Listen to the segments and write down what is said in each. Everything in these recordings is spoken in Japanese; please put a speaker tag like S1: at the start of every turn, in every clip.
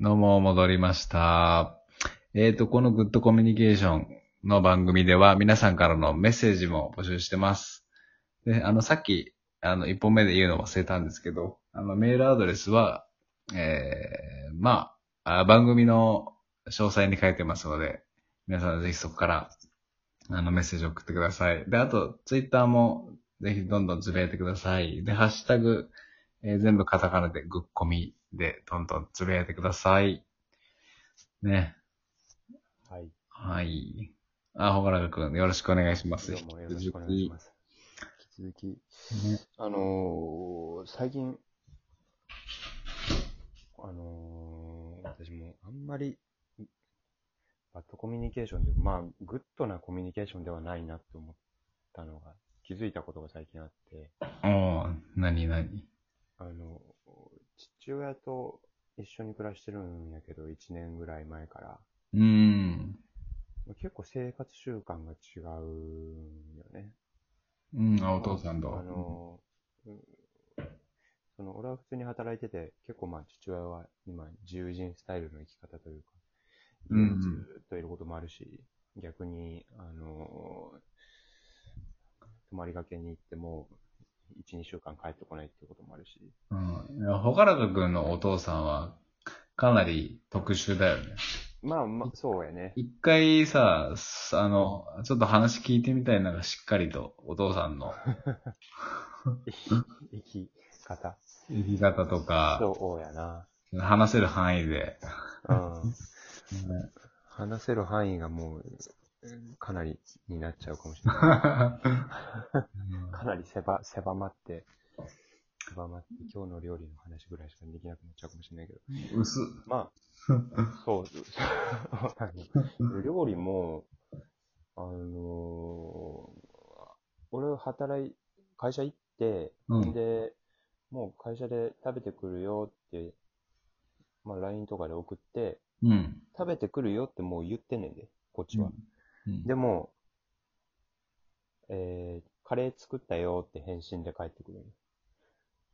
S1: どうも、戻りました。えっ、と、このグッドコミュニケーションの番組では、皆さんからのメッセージも募集してます。で、あの、さっき、あの、一本目で言うの忘れたんですけど、あの、メールアドレスは、えー、まあ、あ番組の詳細に書いてますので、皆さんぜひそこから、あの、メッセージを送ってください。で、あと、ツイッターも、ぜひどんどんつぶやいてください。で、ハッシュタグ、えー全部カタカナでグッコミでどんどんつぶやいてください。ね。
S2: はい。
S1: はい。あ、ほがらかくん、よろしくお願いします。
S2: どうもよろしくお願いします。引き続き、
S1: ね
S2: あのー、最近、あのー、私もあんまり、バッドコミュニケーションで、まあ、グッドなコミュニケーションではないなって思ったのが、気づいたことが最近あって、
S1: おー、なになに。
S2: あの、父親と一緒に暮らしてるんやけど、1年ぐらい前から、
S1: うーん。
S2: 結構生活習慣が違うんよね。
S1: うん、あお父さんと。
S2: あの、うんその、俺は普通に働いてて、結構まあ父親は今、自由人スタイルの生き方というか、家
S1: うんうん
S2: にずっといることもあるし、逆に、あの、泊まりがけに行っても、1、2週間帰ってこないっていうこともあるし、
S1: うん。いやほがらかくんのお父さんは、かなり特殊だよね。
S2: まあまあ、そうやね。
S1: 一回さ、すあの、ちょっと話聞いてみたいな、しっかりと、お父さんの
S2: 生き方。
S1: 生き方とか、
S2: そうやな。
S1: 話せる範囲で。
S2: うん。
S1: ね
S2: 話せる範囲がもう、かなりになっちゃうかもしれない。かなり狭狭まって、狭まって、今日の料理の話ぐらいしかできなくなっちゃうかもしれないけど。
S1: 薄っ。
S2: まあ、 そう、そう料理も、あのー俺働い、会社行って、
S1: うん
S2: で、もう会社で食べてくるよって、まあ LINE とかで送って、
S1: うん。
S2: 食べてくるよってもう言ってんねんで、こっちは。
S1: うん
S2: でも、えー、カレー作ったよって返信で返ってくる。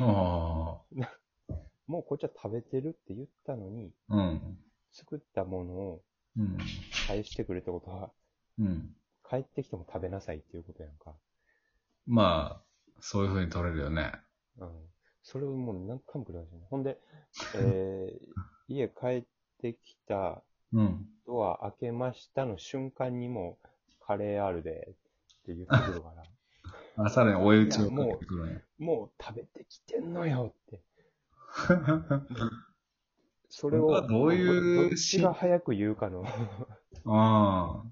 S1: あ
S2: もうこっちは食べてるって言ったのに、
S1: あ、うん。
S2: 作ったものを
S1: うん。
S2: 返してくるってことは、
S1: うん。
S2: 帰ってきても食べなさいっていうことやんか。
S1: まあ、そういう風に取れるよね。
S2: うん。それをもう何回も繰り返してる。ほんで、えー、 家帰ってきた、
S1: うん。
S2: ドア開けましたの瞬間にもう、カレーあるで、って言ってく るから、
S1: あさらに追い打ちをかけてくるね。
S2: もう食べてきてんのよって。それ
S1: これ
S2: を、
S1: はどういう
S2: どっちが早く言うかの。
S1: ああ。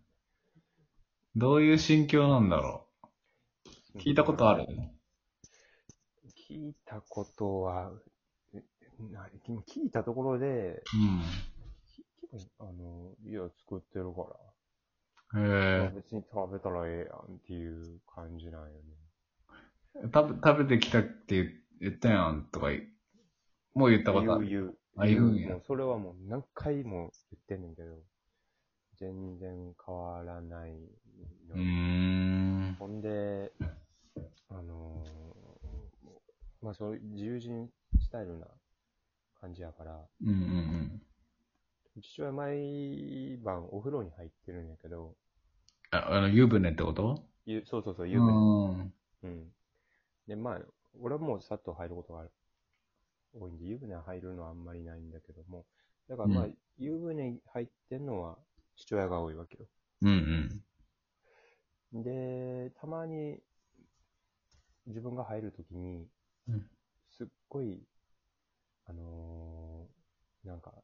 S1: どういう心境なんだろう。 聞いたことある
S2: 聞いたことは、えな聞いたところで、結構あの、いや、作ってるか
S1: うん。
S2: ら、
S1: へえ。
S2: 別に食べたらええやんっていう感じなんよね。
S1: 食べ、食べてきたって言言ったやんとか言う、もう言ったことある。
S2: 言う
S1: あ
S2: 言
S1: 言
S2: う
S1: うんや
S2: もうそれはもう何回も言ってんねんけど、全然変わらないの
S1: うーん。
S2: ほんで、あのーまあ、そういう自由人スタイルな感じやから、
S1: うんうん
S2: 父親毎晩お風呂に入ってるんやけど、
S1: うん。ああの、湯船ってこと
S2: ゆそうそうそう、
S1: う
S2: 湯船。
S1: ん。
S2: うん。で、まあ、俺はもうさっと入ることがある多いんで、湯船入るのはあんまりないんだけども、だからまあ、
S1: う
S2: 湯船入ってんのは父親が多いわけよ。
S1: うんうん。
S2: で、たまに自分が入るときに
S1: うん、
S2: すっごい、あのーなんか、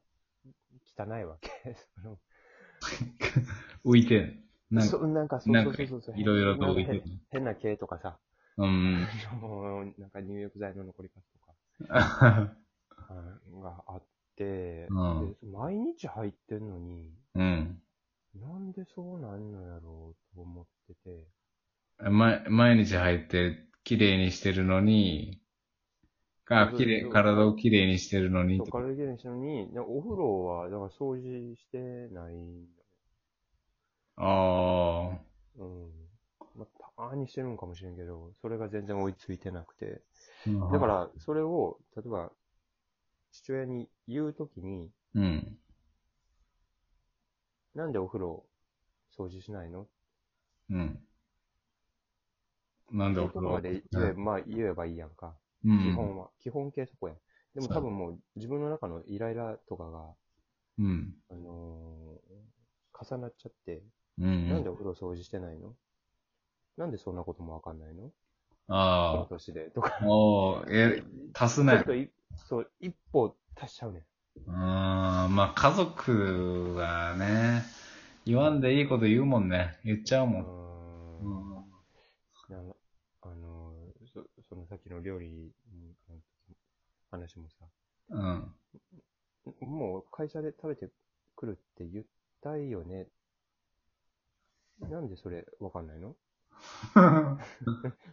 S2: 汚いわけ。その
S1: 浮いてん。なん
S2: そ
S1: か、
S2: うなんか、そう
S1: な
S2: そ
S1: ん
S2: う
S1: か、
S2: そう
S1: い
S2: そうそう。
S1: ろいろと浮いて
S2: なん
S1: る
S2: か。変な毛とかさ、
S1: うん。
S2: もうなんか入浴剤の残り方とか、うんがあって、
S1: うん
S2: で毎日入ってんのに、
S1: うん。
S2: なんでそうなんのやろうと思ってて、
S1: ま、毎日入って、綺麗にしてるのに、あ、綺麗、体を綺麗にしてるのに
S2: そう、軽いにしたのに、でお風呂は、だから掃除してないの。
S1: あ
S2: うん。まあ、たまにしてるんかもしれんけど、それが全然追いついてなくて。
S1: あ。、
S2: だからら、それを、例えば、父親に言うときに、
S1: うん。
S2: なんでお風呂掃除しないの
S1: うん。なんでお風
S2: そういうとこ
S1: 呂
S2: まで言え,、まあ、言えばいいやんか。
S1: うん
S2: 基本は。基本形そこやん。でも
S1: そう
S2: 多分もう自分の中のイライラとかが、
S1: うん。
S2: あのー重なっちゃって、
S1: うん。うん
S2: なんでお風呂掃除してないのなんでそんなこともわかんないのこの
S1: あ
S2: 年で。とか、
S1: あ。もう、え、足す
S2: ちょ
S1: ね
S2: っ。とい、 そう、一歩足しちゃうねん。
S1: うーん。まあ、家族がね、言わんでいいこと言うもんね。言っちゃう
S2: う
S1: もん。
S2: ー。
S1: うんん。
S2: なんかあのーそ、そのさっきの料理の話もさ、
S1: うん。
S2: もう会社で食べてくるって言ったいよね。なんでそれわかんないの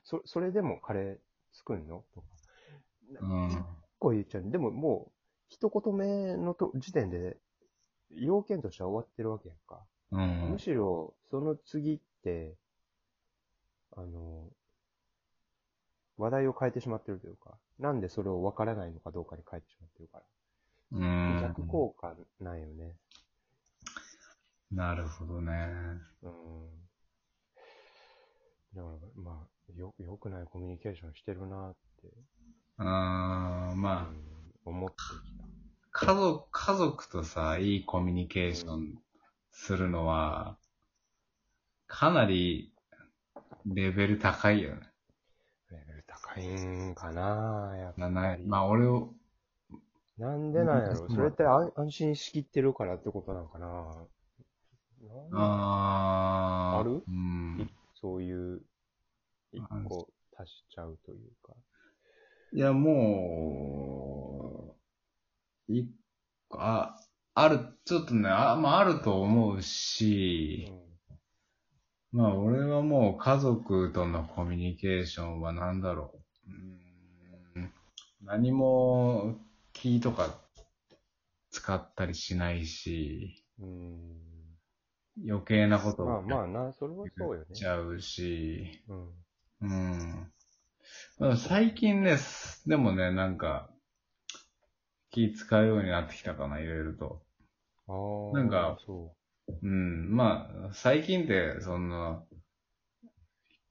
S2: そそれでもカレー作んのとか。
S1: うん。
S2: こう言っちゃう。でももう、一言目のと時点で、要件としては終わってるわけやんか。
S1: う
S2: む
S1: ん。
S2: しろ、その次って、あの、話題を変えてしまってるというか、なんでそれを分からないのかどうかに変えてしまってるか
S1: う
S2: ら、
S1: ん。
S2: 逆効果なんよね。
S1: なるほどね。
S2: うん。だから、まあ、よ、良くないコミュニケーションしてるなって、
S1: うーん。まあ
S2: う、ん思ってきた。
S1: 家族、家族とさ、いいコミュニケーションするのは、かなりレベル高いよね。
S2: レベル高いんかなやっぱ
S1: なない
S2: り。
S1: まあ俺を、
S2: なんでなんや
S1: う
S2: ろ
S1: ん
S2: それって安安心しきってるからってことなんかななん
S1: あー
S2: ある
S1: うん。
S2: そういう、一個足しちゃうというか。
S1: いや、もう、い、あ、ある、ちょっとね、あまああると思うし、まあ、俺はもう家族とのコミュニケーションは何だろう。うーん何も気とか使ったりしないし、
S2: うん。うん。
S1: 余計なこと
S2: まあ
S1: を
S2: まあな、それはそうよ
S1: 言っち
S2: ね。
S1: ゃうし、う
S2: うん。
S1: ん。まあ最近ね、すでもね、なんか、気使うようになってきたかな、いろいろと。
S2: あー
S1: なんか、
S2: そ
S1: うん、まあ、最近って、そんな、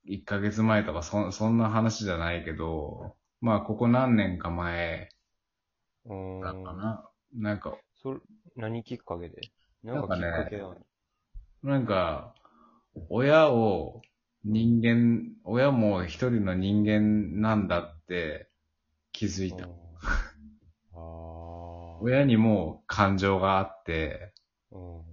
S1: 1ヶ月前とかそ、そんな話じゃないけど、まあ、ここ何年か前
S2: う。うん。
S1: だかな。なんか、
S2: それ、何きっかけでな
S1: なんんか
S2: かきっ
S1: ね
S2: かけある
S1: なんか、親を人間、親も一人の人間なんだって気づいた。
S2: ああ。
S1: 親にも感情があって、
S2: うん。
S1: っ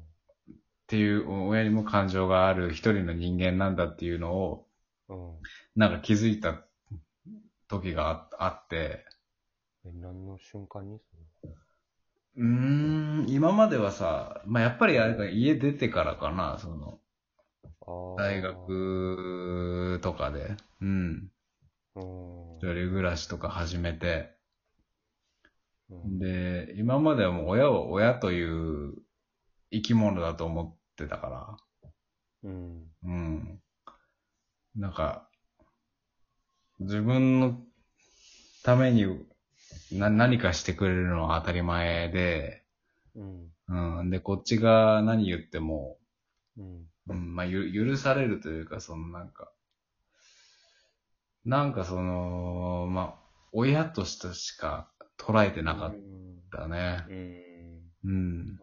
S1: ていう、親にも感情がある一人の人間なんだっていうのを、
S2: うん。
S1: なんか気づいた時がああって、
S2: え、何の瞬間にそれ
S1: うーん、今まではさ、まあ、やっぱりあれか、家出てからかな、その、
S2: あー
S1: 大。学とかで、うん、
S2: うん
S1: 一。人暮らしとか始めて、
S2: うん
S1: で、今まではもう親を親という生き物だと思ってたか
S2: うん。
S1: ら、うん。なんか、自分のためにな何かしてくれるのは当たり前で、
S2: うん。
S1: うん、で、こっちが何言っても、
S2: うん。
S1: うん、まあ、ゆ、許されるというか、そのなんか、なんかその、まあ、親としてしか捉えてなかっ
S2: うん
S1: たね。
S2: うん。
S1: うん。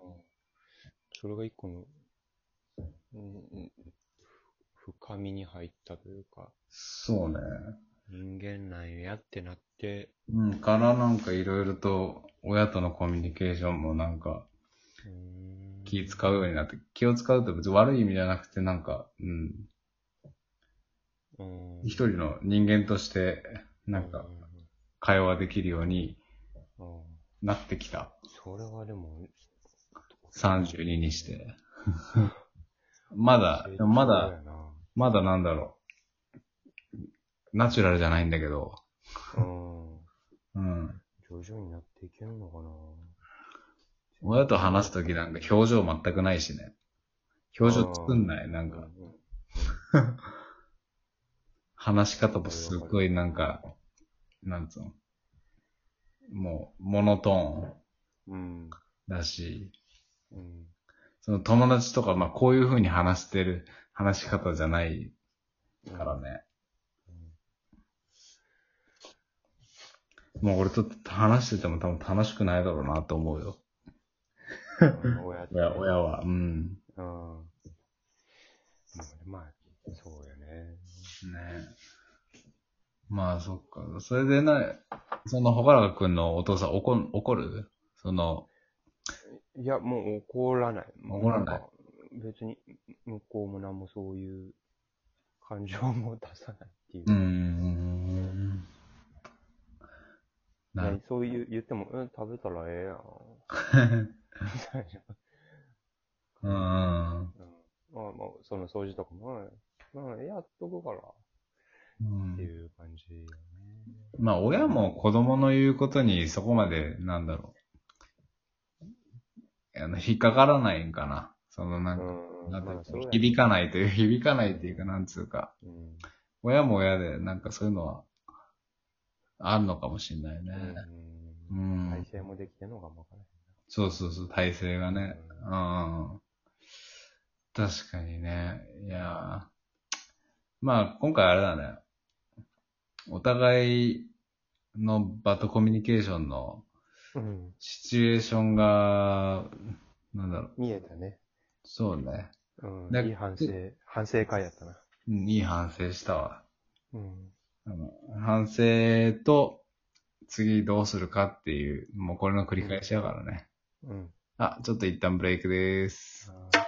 S2: それが一個の、うんうん深みに入ったというか、
S1: そうね。
S2: 人間なんやってなって、
S1: うん、からなんかいろいろと親とのコミュニケーションもなんか
S2: うーん
S1: 気使うようになって、気を使うって別に悪い意味じゃなくてなんか、うん、
S2: うん
S1: 一人の人間としてなんか会話できるように
S2: うんうん
S1: なってきた。
S2: それはでも、
S1: 32にして。 まだ、でもまだ、
S2: 成長やな、
S1: まだなんだろう。ナチュラルじゃないんだけど。
S2: うん
S1: うん。
S2: 徐々になっていけるのかな
S1: 親と話すときなんか表情全くないしね。表情作んない。なんか、
S2: うん
S1: 話し方もすっごいなんか、なんつうの。もう、モノトーン
S2: うん。
S1: だし、
S2: うん。
S1: その友達とか、まあこういう風に話してる話し方じゃないからね。もう俺ちょっと話してても多分楽しくないだろうなと思うよ。
S2: うん。 親って
S1: 親親は。うん。
S2: うん。もうまあ、そうよね。
S1: ねまあそっか。それでな、そのほがらかくんのお父さん怒ん怒るその、
S2: いや、もう怒らない。
S1: 怒らない
S2: んか。別に、向こうも何もそういう感情も出さないっていう。
S1: うーん。 な
S2: ね
S1: る、
S2: そういう言っても、うん、食べたらええやん。みたい
S1: うんう
S2: な。
S1: ん
S2: うん。まあまあ、その掃除とかも、うん、まあ、やっとこうか
S1: う
S2: な。って
S1: ん。
S2: いう感じよね。
S1: まあ親も子供の言うことにそこまで、なんだろう。あの、引っかからないんかな。そのなんか、
S2: うん。
S1: なんていう
S2: ま
S1: か
S2: あ、そうやね
S1: 響かないという、 響かないっていうか、なんつうか、
S2: うん。
S1: 親も親で、なんかそういうのは、あるのかもしれないね。う
S2: うん
S1: ん。
S2: 体制もできてんのがわからへん
S1: そうそうそう、体制がね。う
S2: う
S1: ん。確かにね。いやーまあ、今回あれだね。お互いの場とコミュニケーションの
S2: な。うん。
S1: シチュエーションが、なんだろう。
S2: 見えたね。
S1: そうね。
S2: うん
S1: な。
S2: いい反省、反省会やったな。
S1: うんいい反省したわ。
S2: うん。
S1: あの反省と、次どうするかっていう、もうこれの繰り返しやからね。
S2: うん。
S1: あ、ちょっと一旦ブレイクです。
S2: あー